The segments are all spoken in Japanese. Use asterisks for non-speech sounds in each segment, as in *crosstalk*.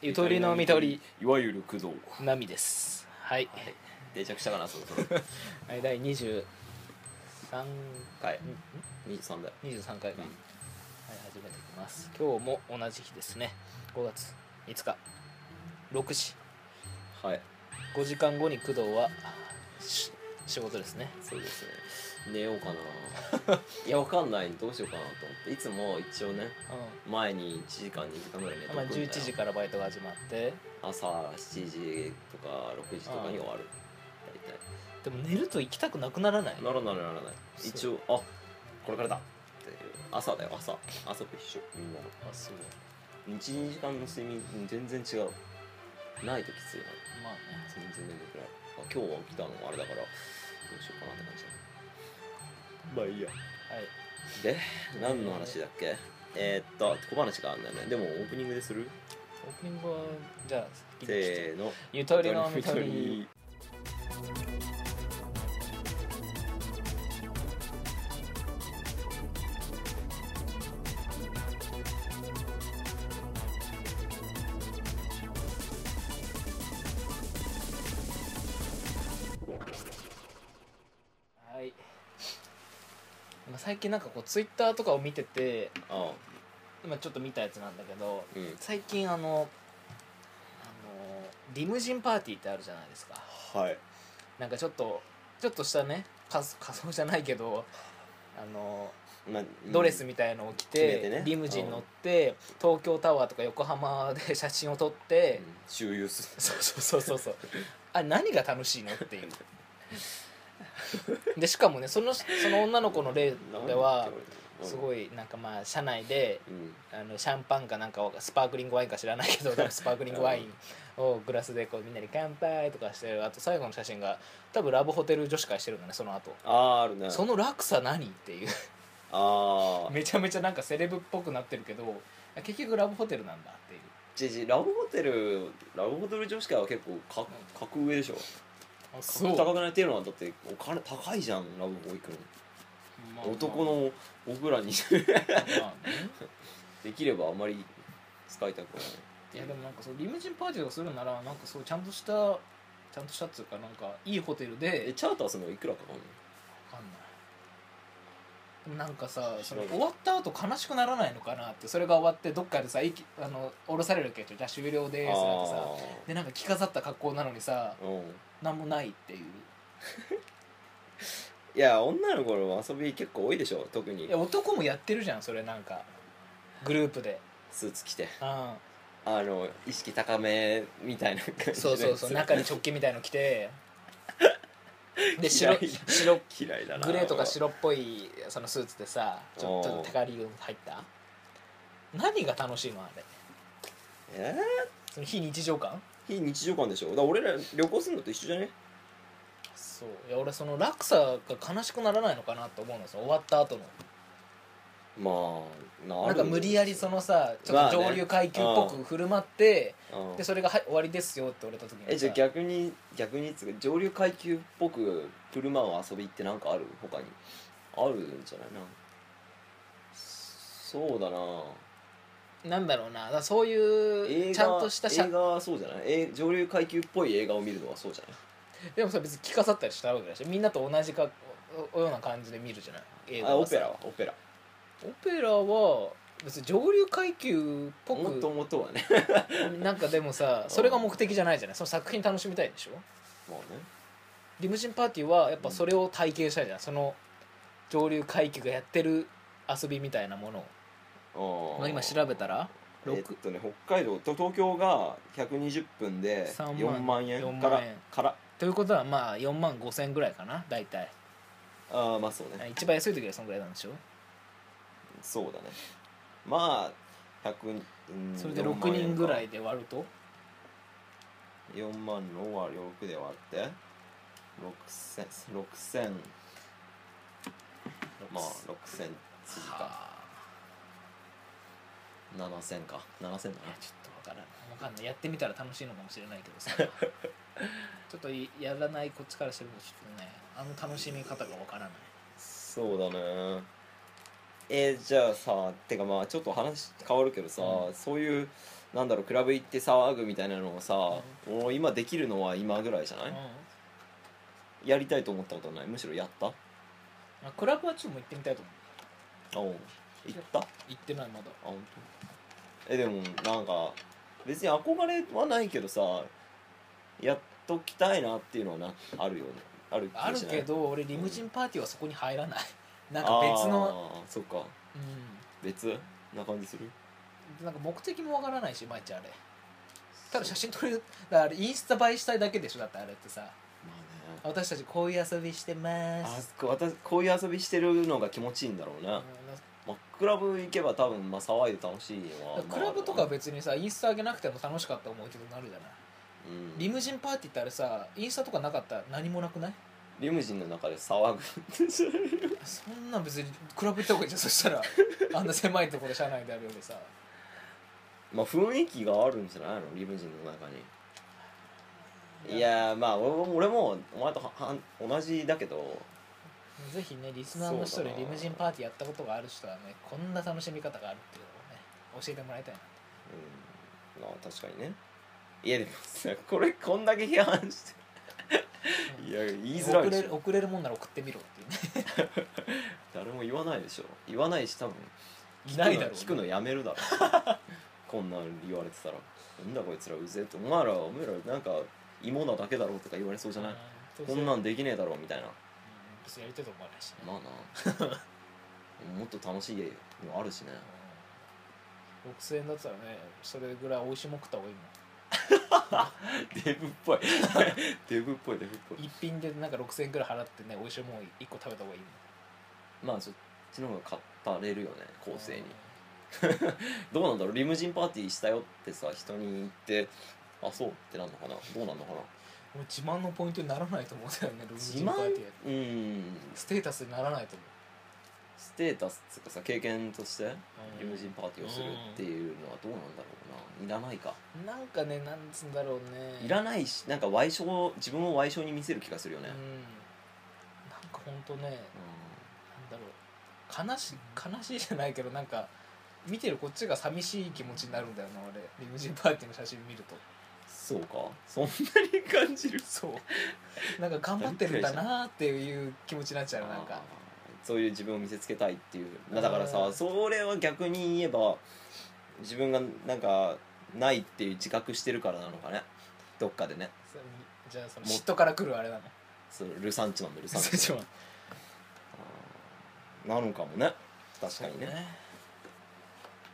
ゆとりのみとりいわゆる工藤なみですはい、定着したかなそろそろはい、第23はい回んん23だよ23回か、うんはい、始めていきます今日も同じ日ですね5月5日6時はい5時間後に工藤はし仕事ですねそうですね寝ようか *laughs* ないやわかんないどうしようかなと思っていつも一応ねう前に1時間2時間ぐらい寝んとまくあんだよ11時からバイトが始まって朝7時とか6時とかに終わるでも寝ると行きたくなくならない大体ならならならないそう一応あこれからだっていう朝だよ朝朝と一緒みんなのあそう12時間の睡眠全然違うないときついなまあね全然眠くないあ今日は起きたのもあれだからどうしようかなって感じだねまあいいやはいで何の話だっけえー、っと小話があるんだよねでもオープニングでするオープニングはじゃあせ先にしてーのゆとりのみとりりはいまあ最近なんかこうツイッターとかを見ててああ今ちょっと見たやつなんだけどうん最近あのあのリムジンパーティーってあるじゃないですかはいなんかちょっとちょっとしたね仮装仮装じゃないけどあのなドレスみたいのを着て,、決めてねリムジン乗って東京タワーとか横浜で写真を撮って、うん周遊す *laughs* そうそうそうそうそうあ何が楽しいのっていうでしかもねそのその女の子の例ではすい、ごいなんかまあ社内でうん、あのシャンパンかなんかわかスパークリングワインか知らないけどなんかスパークリングワインをグラスでこうみんなに乾杯とかしてるあと最後の写真が多分ラブホテル女子会してるんだねその後あああるねその落差何っていうああめちゃめちゃなんかセレブっぽくなってるけど結局ラブホテルなんだっていうじじラブホテルラブホテル女子会は結構か格上でしょあ格高くないっていうのはだってお金高いじゃんラブホ行くの男の僕らに *laughs* できればあまり使いたくはないいやでもなんかそうリムジンパーティーをするならなんかそうちゃんとしたちゃんとしたっていうかなんかいいホテルえでチャーターするのいくらかかるのわかんないでもなんかさその終わった後悲しくならないのかなってそれが終わってどっかでさ息あの降ろされるけどじゃあ終了ですなんてさでなんか着飾った格好なのにさあーうん何もないっていういや女の子の遊び結構多いでしょ特にいや男もやってるじゃんそれなんかグループでスーツ着てうんあの意識高めみたいな感じでそうそうそう中に直径 *laughs* みたいの着 *laughs* てで嫌白い白嫌いだなグレーとか白っぽいそのスーツでさちょおーちょっとテカリが入った何が楽しいのあれえその非日常感ー、非日常感でしょだから俺ら旅行するのと一緒じゃねそういや俺その落差が悲しくならないのかなと思うのその終わった後のまあななんか無理やりそのさちょっとまあ上ね流階級っぽく振る舞って、うんでそれが、はい、終わりですよって言われた時にさえじゃあ逆に逆にっつうか上流階級っぽく振る舞う遊びってなんかある他にあるんじゃないなそうだななんだろうなだからそうい映う画ちゃんとしたしゃ映画はそうじゃないえ上流階級っぽい映画を見るのはそうじゃないでもさ別に着飾ったりしたわけだしみんなと同じかおおような感じで見るじゃない映あはオさペラはオペラオペラは別に上流階級っぽもとくもとはね *laughs* *laughs* なんかでもさそれが目的じゃないじゃないその作品楽しみたいでしょまあねリムジンパーティーはやっぱそれを体験したいじゃんその上流階級がやってる遊びみたいなものをあまあ今調べたらえっとね北海道と東京が120分で3 4万円か4ら万円からということはまあ4万5千ぐらいかな大体ああまあそうね一番安い時はそんぐらいなんでしょそうだねまあ100うんそれで4万6円人かぐらいで割ると4万の割り6で割って6000 6000まあ6000次かはあ7000か7000いだねやちょっとわからないわかんないやってみたら楽しいのかもしれないけどさ *laughs* ちょっといやらないこっちからしてもちょっとねあの楽しみ方がわからないそうだねえーじゃあさてかまあちょっと話変わるけどさ、うそういうなんだろうクラブ行って騒ぐみたいなのをさ、もう今できるのは今ぐらいじゃない、やりたいと思ったことはないむしろやったあまあクラブはちょっともう行ってみたいと思おう行ったあう行ってないまだ本当えでもなんか別に憧れはないけどさやっときたいなっていうのはなあるよねある気あがるしないけど俺リムジンパーティーはそこに入らないなんか別のあーそっかう別な感じするんなんか目的もわからないし毎日あれただ写真撮れるだからあれインスタ映えしたいだけでしょだってあれってさまあね私たちこういう遊びしてまあーすそこ私こういう遊びしてるのが気持ちいいんだろうね、まあ、クラブ行けば多分まあ騒いで楽しいうのはんクラブとかはまあ別にさインスタ上げなくても楽しかった思い出になるじゃないうん、リムジンパーティーってあれさインスタとかなかったら何もなくないリムジンの中で騒ぐってそれそんなん別に比べた方がいいじゃんそしたらあんな狭いところで車内であるよりさまあ雰囲気があるんじゃないのリムジンの中にいやーまあ俺も俺もお前とははん同じだけどぜひねリスナーの人でそうだなリムジンパーティーやったことがある人はねこんな楽しみ方があるっていうのをね教えてもらいたいなうんまあ確かにねいやでも *laughs* さこれこんだけ批判して *laughs* いや言いづら遅いれでしるょ遅れるもんなら送ってみろっていうね誰も言わないでしょ言わないし多分い *laughs* ないだろう、聞くのやめるだろ *laughs* こんなん言われてたらなんだこいつらうぜえってお前らお前らなんか芋なだけだろとか言われそうじゃない、うんこんなんできねえだろみたいなうん別にやりたいと思わないしね、まあなもっと楽しいのあるしねうん6000円だったらねそれぐらい美味しいもん食った方がいいもんデブっぽい *laughs* デブっぽいデブっぽい一品でなんか6000円ぐらい払ってね美味しいもん1個食べた方がいいもまあそっちの方が語れるよね後ん世にうんどうなんだろうリムジンパーティーしたよってさ人に言ってあそうってなんのかなどうなんのかなもう自慢のポイントにならないと思うんだよねルーム自ジンパー慢ティーやうんステータスにならないと思うステータスっていうかさ経験としてうんリムジンパーティーをするっていうのはどうなんだろうないらないかなんかねなんつうんだろうねいらないしなんか賠償自分を賠償に見せる気がするよねうん、なんかほんとねなんだろう悲し悲しいじゃないけどなんか見てるこっちが寂しい気持ちになるんだよな俺リムジンパーティーの写真見るとそうかそんなに感じるそうなんか頑張ってるんだなーっていう気持ちになっちゃうなんあかーそういう自分を見せつけたいっていううんだからさそれは逆に言えば自分がなんかないっていう自覚してるからなのかねどっかでねそれじゃあそのも嫉妬から来るあれなのそのルサンチマンのルサンチちょっとマンなのかもね確か待っにてね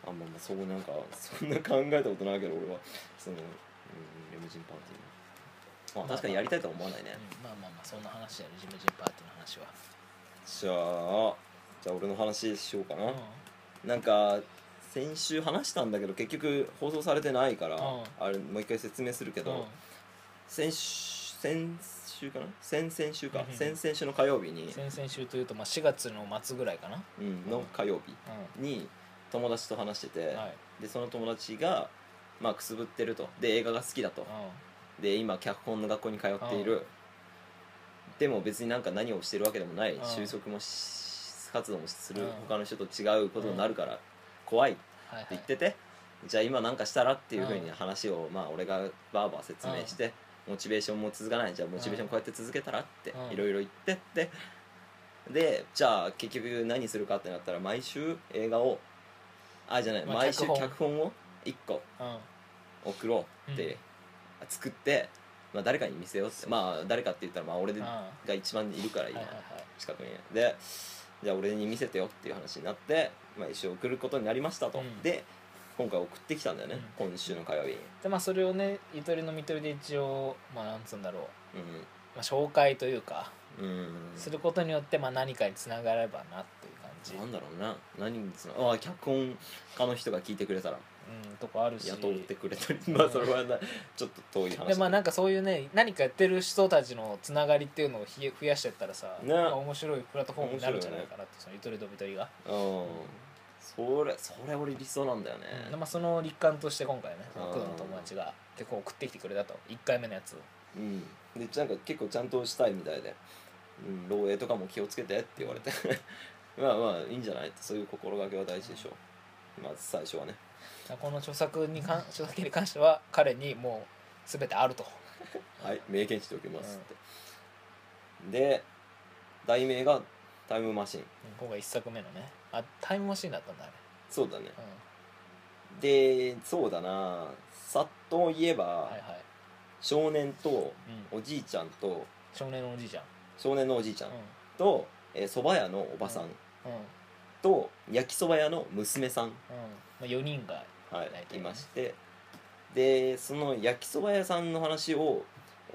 あんまあまあそうなんかそんな考えたことないけど俺はその、うん、レムジンパーティーの、まあ、確かにやりたいとは思わないね、うんまあまあまあそんな話やるリムジンパーティーの話はじゃあじゃあ俺の話しようかな、うなんか先週話したんだけど結局放送されてないから、うんあれもう一回説明するけど、んうん先週先週かな先々週かうんうん先々週の火曜日に、先々週というとまあ4月の末ぐらいかなうん、の火曜日うに友達と話してて、んはいでその友達が、まあ、くすぶってるとで映画が好きだと、で今脚本の学校に通っている、でも別になんか何をしてるわけでもない、うん就職もし活動もする、うん他の人と違うことになるから怖いってはいはい言ってて、じゃあ今なんかしたらっていうふううにん話を、まあ俺がバーバー説明して、モチベーションも続かないじゃあモチベーションこうやって続けたらってうんいろいろ言ってってでじゃあ結局何するかってなったら毎週映画をあじゃない、まあ毎週脚本脚本を1個うん送ろうって、作って、まあ、誰かに見せようってまあ誰かって言ったらまあ俺うんがは一番いるからい今、はいはい近くにでじゃあ俺に見せてよっていう話になって、まあ、一緒に送ることになりましたと、うんで今回送ってきたんだよね、今週の火曜日に、でまあそれをねゆとりのみとりで一応まあなんつうんだろう、うまあ、紹介というかんうんすることによってまあ何かにつながればなっていう感じ、なんだろうな何につなああ脚本家の人が聞いてくれたらうん、とこあるし雇ってくれたりまあそれはなちょっと遠い話でまあなんかそういうね何かやってる人たちのつながりっていうのをひ増やしてったらさ、ねまあ面白いプラットフォームになるんじゃないかなって、そのゆとりとみとりが、うんそれそれ俺理想なんだよね、でまあ、その立環として今回ねうん僕の友達が結構送ってきてくれたと1回目のやつをうん、でなんか結構ちゃんとしたいみたいで、うん、漏洩とかも気をつけてって言われて *laughs* まあまあいいんじゃないってそういう心がけは大事でしょうまず最初はねこの著作に関 *laughs* 著作権に関しては彼にもう全てあるとはい明言しておきますって、で題名が「タイムマシンうん今回一作目のねあタイムマシーンだったんだね」そうだねうんでそうだなさっと言えば、はいはい、少年とうん、おじいちゃんと少年のおじいちゃん少年のおじいちゃんうんとえーそば、屋のおばさんうんうんと焼きそば屋の娘さん、まあ、4人がはい大体ねいましてでその焼きそば屋さんの話を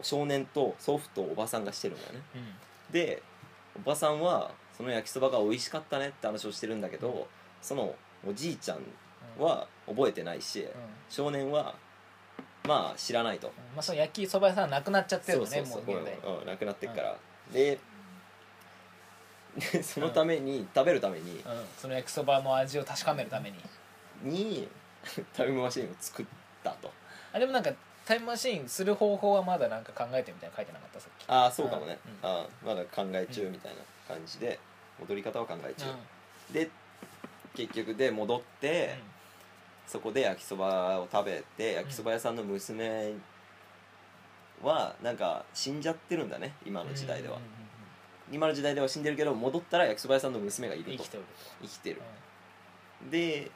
少年と祖父とおばさんがしてるんだよねうんでおばさんはその焼きそばが美味しかったねって話をしてるんだけど、うんそのおじいちゃんうんは覚えてないし、うん少年はまあ知らないとうんまあ、その焼きそば屋さんはなくなっちゃってるのねそうそうもそうう現在うんうんなくなってっから、ででそのために、食べるためうに、ん、その焼きそばの味を確かめるためににタイムマシンを作ったとあでもなんかタイムマシーンする方法はまだなんか考えてみたいなの書いてなかったさっきああそうかもね、うあーまだ考え中みたいな感じで戻り方は考え中、で結局で戻って、そこで焼きそばを食べて焼きそば屋さんの娘はなんか死んじゃってるんだね今の時代では、うんうんうん今の時代では死んでるけど戻ったら焼きそば屋さんの娘がういんる生ときておる生きてとる、で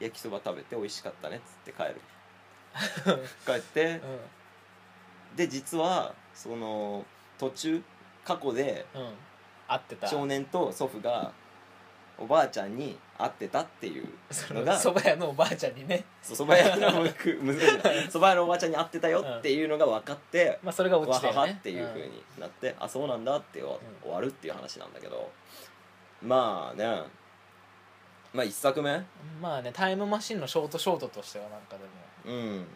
焼きそば食べて美味しかったねっつって帰る *laughs* 帰っうてんで実はその途中過去でうん、うん、合ってた少年と祖父がおばあちゃんに会ってたっていうそののがそそば屋のおばあちゃんにね、ば屋の難し *laughs* いそば屋のおばあちゃんに会ってたよっていうのが分かって、まあ、それが落わちてはるはねっていうふううんになって、あそうなんだって終わうん終わるっていう話なんだけどまあねまあ一作目まあねタイムマシンのショートショートとしてはなんかでもうん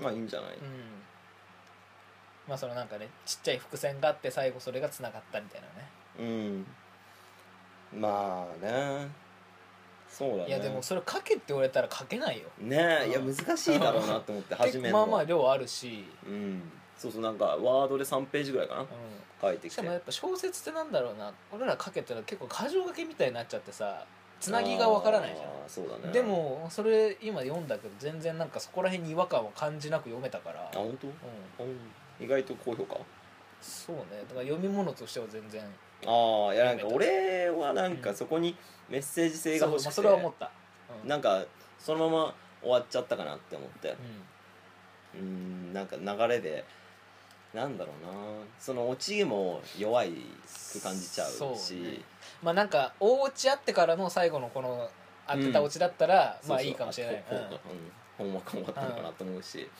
まあいいんじゃない、うんまあそのなんかねちっちゃい伏線があって最後それがつながったみたいなねうんまあねそうだねいやでもそれ書けって言われたら書けないよねえ、うんいや難しいだろうなと思って始め *laughs* 結る構まあのまあ量あるし、うんそうそうなんかワードで3ページぐらいかなう書いてん、きしてかもやっぱ小説ってなんだろうな俺ら書けたら結構箇条書きみたいになっちゃってさつなぎがわからないじゃあーそうだねんでもそれ今読んだけど全然なんかそこら辺に違和感を感じなく読めたからあ、本うん、当、うん、意外と高評価そうねだから読み物としては全然ああいやなんか俺はなんかそこにメッセージ性がそう欲しまあくてそれは思った、うんなんかそのまま終わっちゃったかなって思ってうんうーんなんか流れでなんだろうなその落ちも弱いく感じちゃうしそうねまあなんか大落ちあってからの最後のこの当てた落ちだったら、まあいいかもしれないそうそうほんほんまかもあったのかなと思うし、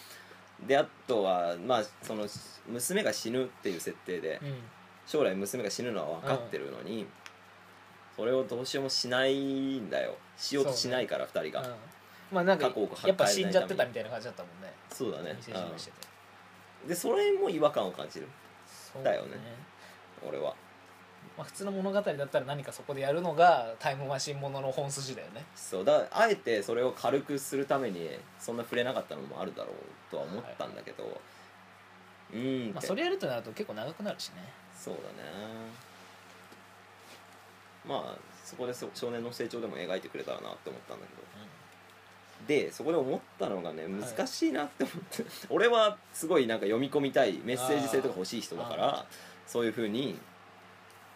であとはまあその娘が死ぬっていう設定でうん、うん将来娘が死ぬのは分かってるのに、それをどうしようもしないんだよしようとしないから2人がうんまあなんか過去を変えないやっぱ死んじゃってたみたいな感じだったもんねそう,、だね見せしめしてて、うんでそれも違和感を感じるそうだよね俺はまあ、普通の物語だったら何かそこでやるのがタイムマシンものの本筋だよねそうだあえてそれを軽くするためにそんな触れなかったのもあるだろうとは思ったんだけど、うーんってまあそれやるとなると結構長くなるしねそうだねまあそこでそ少年の成長でも描いてくれたらなって思ったんだけどでそこで思ったのがねい難しいなって思って、俺はすごいなんか読み込みたいメッセージ性とか欲しい人だからそういうふうに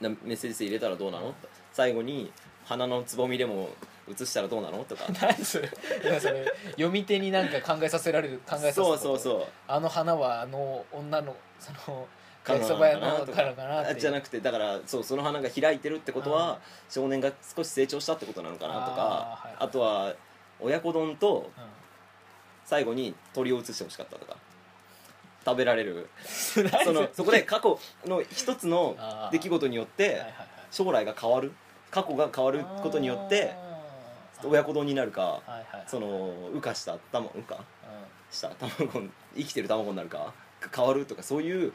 なメッセージ性入れたらどうなのと最後に花のつぼみでも写したらどうなのとか何それいやそれ読み手になんか考えさせられる考えさせそうそううそうあの花はあの女のその焼きそば屋のからかなってあいうじゃなくてだからそうその花が開いてるってことは少年が少し成長したってことなのかなとあかーはいはいあとは親子丼とうん最後に鳥を写してほしかったとか食べられる *laughs* そ何それのそこで過去の一つのあー出来事によっはいてはいはい将来が変わる過去が変わることによって親子と丼になるかはいはいはいその羽化した卵羽化うした卵に生きてる卵になるかが変わるとかそういう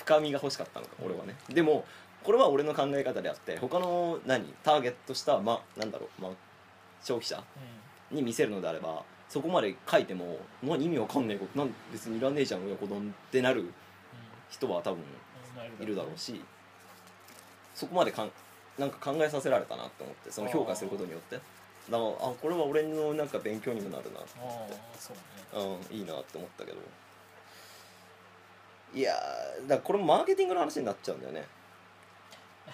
深みが欲しかったのか俺はねでもこれは俺の考え方であって他の何ターゲットした、ま、なんだろう、ま、消費者んに見せるのであればそこまで書いても何意味わかんねえことなん別にいらねえじゃん親子丼ってなる人は多分うんうんいるだろうしそこまでかんなんか考えさせられたなと思ってその評価することによってだからあこれは俺のなんか勉強にもなるなああそうね *laughs* うん、いいなって思ったけどいやーだからこれもマーケティングの話になっちゃうんだよね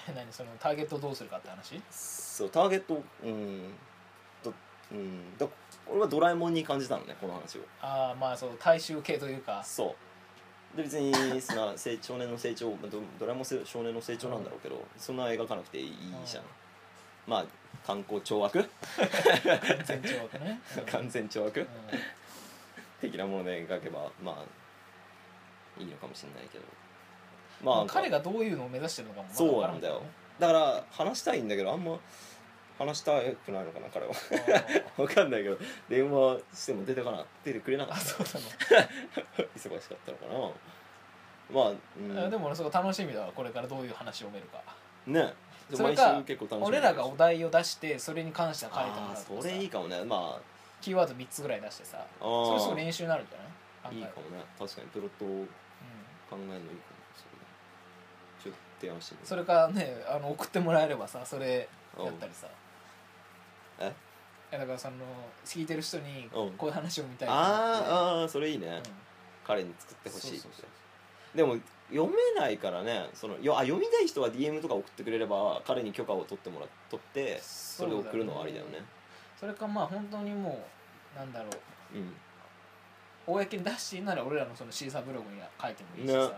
え何そのターゲットをどうするかって話そうターゲットうんとうんだ俺はドラえもんに感じたのねこの話をああまあそう大衆系というかそうで別にそ *laughs* の成少年の成長まあドドラえもんせ少年の成長なんだろうけど、そんな描かなくていいじゃん、うんまあ観光懲悪 *laughs* 完全懲悪ね、うん完全懲悪、うん的なもので描けばまあいいのかもしれないけどままあ、あ彼がどういうのを目指してるのかもまそうなんだよわだから話したいんだけどあんま話したくないのかな彼はからんからね *laughs* わかんない *laughs* けど電話しても出てかな出てくれなあーかあっそうた忙しかったのかなまあ、うん、なの、でも俺すごい楽しみだわこれからどういう話を読めるかねそれか結構楽しみ俺らがお題を出してそれに関しては書いてもらあうとーかそされいいかもねまキーワード3つぐらい出してさああそれすごいー練習になるんじゃないいい案か外もね確かにプロットをうん考えるのいいかもそれちょっと提案してみるそれかねあの送ってもらえればさそれやったりさうんえいやだからその聞いてる人にうんこういう話を見たいと思ってあーあーそれいいね、うん彼に作ってほしいってそうそうそうでも読めないからねそのよあ読みたい人は DM とか送ってくれれば彼に許可を取ってもら取ってそれを送るのはありだよねそれかまあ本当にもうなんだろううん公に出していいなら俺らのそのシーサーブログに書いてもいいしさ、ね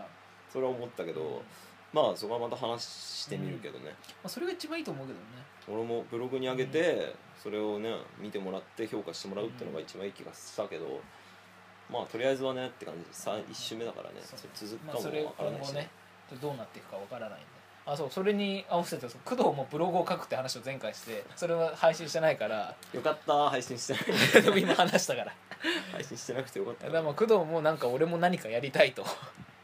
それは思ったけど、うんままあそこはまた話してみるけどね、あ、それが一番いいと思うけどね俺もブログに上げて、それをね見てもらって評価してもらうってのが一番いい気がしたけど、まあとりあえずはねって感じ1週目だからね、そうそれ続くまかあ、それも今わからないし後ねちょっとどうなっていくかわからないんであそうそれに合わせてその工藤もブログを書くって話を前回してそれは配信してないから *laughs* よかった配信して *laughs* ないでも今話したから配信してなくてよかっただからまあ工藤もなんか俺も何かやりたいと、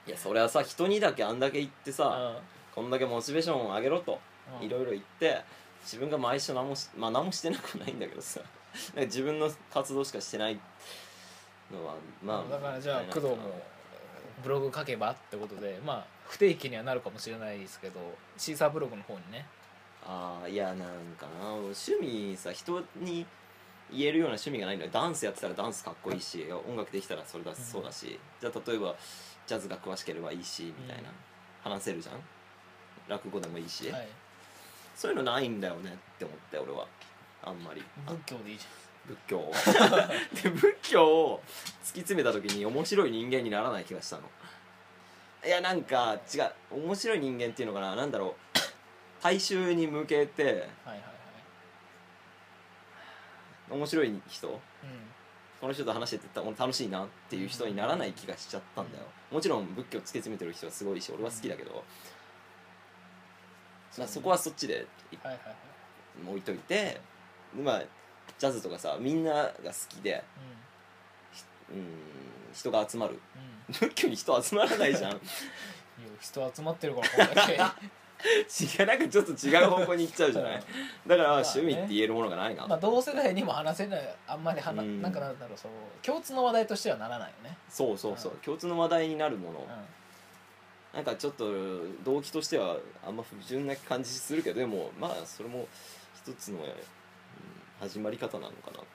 いやそれはさ人にだけあんだけ言ってさ、こんだけモチベーションを上げろと、うんいろいろ言って自分が毎週何もし,、まあ、何もしてなくはないんだけどさ *laughs* なんか自分の活動しかしてないのはまあだからじゃあもった工い藤ないもなブログ書けばってことでまあ不定期にはなるかもしれないですけどシーサーブログの方にねああいやなんかな趣味さ人に言えるような趣味がないのよダンスやってたらダンスかっこいいし音楽できたらそれだそうだし、じゃあ例えばジャズが詳しければいいしみたいな、話せるじゃん落語でもいいし、はいそういうのないんだよねって思って俺はあんまり仏教でいいじ仏教を *laughs* で仏教を突き詰めた時に面白い人間にならない気がしたのいやなんか違う面白い人間っていうのかななんだろう大衆に向けてゃんはいはいはい面白い人うんこの人と話しててた楽しいなっていう人にならない気がしちゃったんだよもちろん仏教突き詰めてる人はすごいし俺は好きだけど、まあ、そこはそっちではいはいはい、置いといてまあジャズとかさみんなが好きでうん人が集まるうん仏教に人集まら *laughs* ないじゃんうん、いや人集まってるからこんだけ違うなんかちょっと違う方向に行っちゃうじゃない *laughs* だから趣味って言えるものがない *laughs* な、まあ同世代にも話せないあんまり話、うんなんかなんだろうそう共通の話題としてはならないよね、そうそうそう共通の話題になるもの、うん、なんかちょっと動機としてはあんま不純な感じするけどでもまあそれも一つの、うん始まり方なのかなと思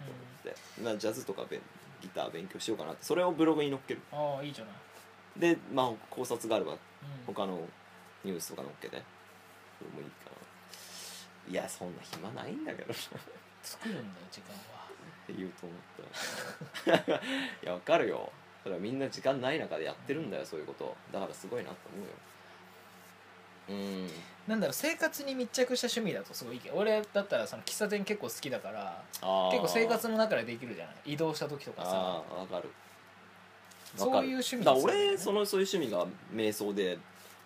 って、まあジャズとかべギター勉強しようかなってそれをブログに載っけるああいいじゃない、でまあ考察があればうん、他のニュースとか載っけてそれもいいかないやそんな暇ないんだけどなっ作るんだよ時間はて言うと思った *laughs* いやわかるよそれはみんな時間ない中でやってるんだよそういうことだからすごいなと思うようんなんだろう生活に密着した趣味だとすごいいいけど俺だったらその喫茶店結構好きだからあー結構生活の中でできるじゃない移動した時とかさああわかるそういうわかる趣味だですよね俺そのそういう趣味が瞑想で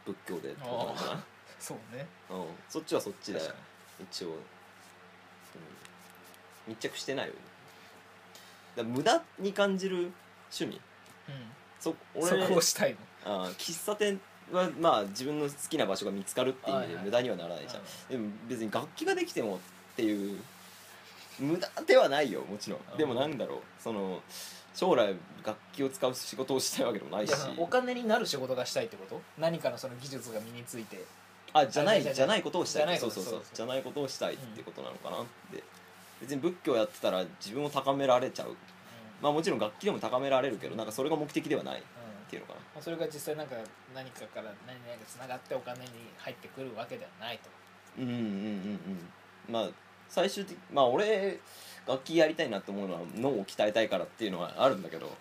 仏教でってことなんじゃないそうねうん、そっちはそっちで確かに一応、うん密着してないよねだから無駄に感じる趣味そ俺うん、そこをしたいのあー喫茶店はまあ自分の好きな場所が見つかるっていう意味はいではい無駄にはならないじゃん、でも別に楽器ができてもっていう無駄ではないよもちろうんんでもなんだろうその将来楽器を使う仕事をしたいわけでもないしだからお金になる仕事がしたいってこと何かのその技術が身についてあじゃなあじゃいあじゃないことをしたいじゃないそうことそうそうそうそうじゃないことをしたいってことなのかなって、別に仏教やってたら自分を高められちゃうまあもちろん楽器でも高められるけどなんかそれが目的ではないっうんていうのかなまあそれが実際なんか何かから何々がつながってお金に入ってくるわけではないとうんうんうんうんまあ最終的まあ俺楽器やりたいなと思うのは脳を鍛えたいからっていうのはあるんだけど、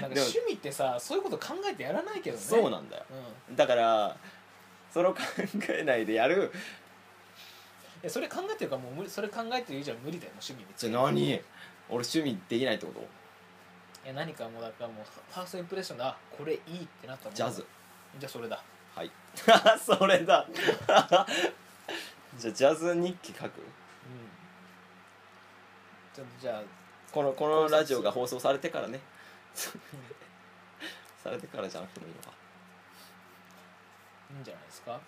なんかでも趣味ってさそういうこと考えてやらないけどねそうなんだようんいだからそれを考えないでやるやそれ考えてるからもう無理それ考えてる以上は無理だよもう趣味にじゃあ何俺趣味できないってこといや何かもうだからもうファーストインプレッションだこれいいってなったもんジャズじゃあそれだはい *laughs* それだ *laughs* じゃあジャズ日記書くうんちょっとじゃあこのこのラジオが放送されてからね *laughs* されてからじゃなくてもいいのかいいんじゃないですか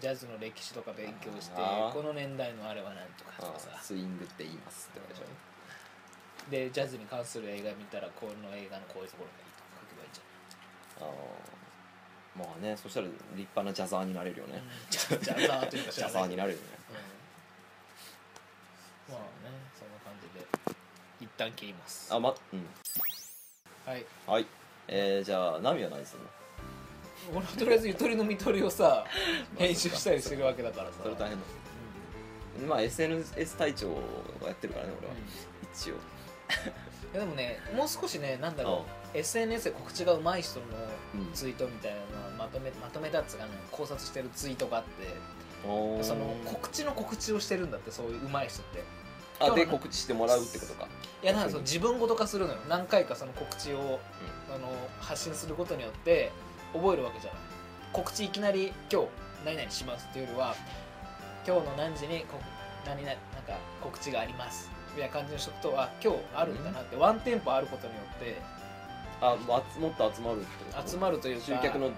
ジャズの歴史とか勉強してあーこの年代のあれは何とかとかさああスイングって言いますってことでしょでジャズに関する映画見たらこの映画のこういうところがいいとか書けばいいんじああまあねそしたら立派なジャザーになれるよね、ゃない、ジャザーというかジャザーにななれるよねまあねそんな感じで一旦切りますあまうんはいはいえー、じゃあナミは何するの俺はとりあえずゆとりのみとりを *laughs* さ編集したりしてるわけだからさそれ大変だうまあ SNS 隊長をやってるからね俺んは、うん一応いやでもねもう少しねなんだろう SNS で告知がうまい人のうんツイートみたいなのをまとめまとめたっつうかね考察してるツイートがあっておーその告知の告知をしてるんだってそういううまい人ってあで告知してもらうってことかいやなんかその自分ごと化するのよ何回かその告知を、んあの発信することによって覚えるわけじゃない告知いきなり「今日何々します」っていうよりは「今日の何時にこ何々なんか告知があります」みたいな感じの人とは今日あるんだなって、ワンテンポあることによってあもう集もっと集まるってこと集まるというか集客の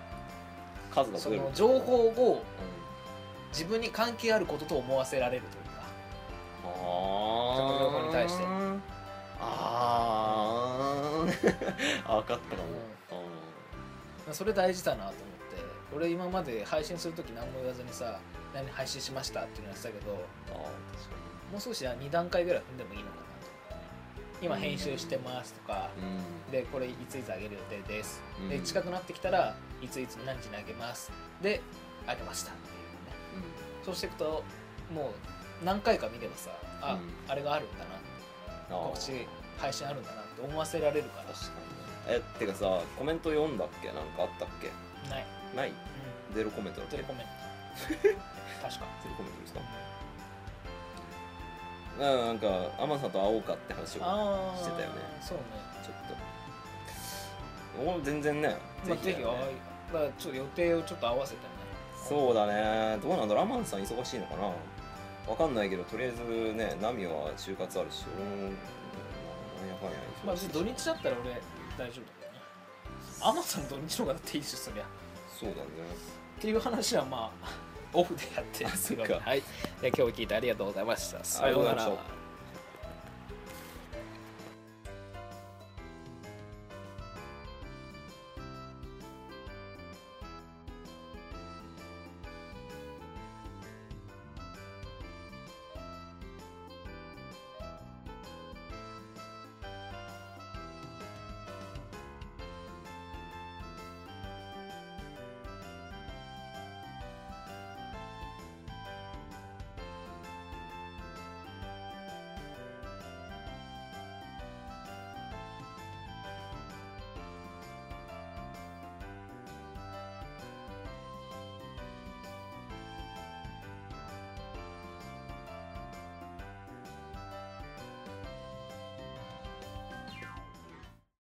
数がそ増えるの情報をう自分に関係あることと思わせられるというかんあーその情報に対してあー *laughs* あ分かったかも、それ大事だなと思って俺今まで配信する時何も言わずにさ「何配信しました」っていうのやってたけどあーあー確かもう少し2段階ぐらい踏んでもいいのかなと思って今編集してますとかにうんでこれいついつあげる予定ですでうん近くなってきたらいついつ何時にあげますであげましたっていうねそうしていくともう何回か見ればさあ、うんあれがあるんだなうん、あ告ー知配信あるんだなって思わせられるか確かにねえてかさコメント読んだっけなんかあったっけらない、ないうゼロコメントだっん、けテゼレコロメン *laughs* ト確かコメントですかうんなんか天野さんと会おうかって話をちょっああしてたよねそうねと俺も全然ねまあぜだひよあねだからちょっと予定をちょっと合わせてねそうだねどうなんだろうアマンさん忙しいのかなわかんないけどとりあえずねナミは就活あるし俺もなんやかんやまあ忙しい別に土日だったら俺大丈夫だけどねアマさん土日の方がだっていいしそりゃっそうだねていう話はまあオフでやってるんですけどあそっかはいで今日聞いてありがとうございましたありがとうございました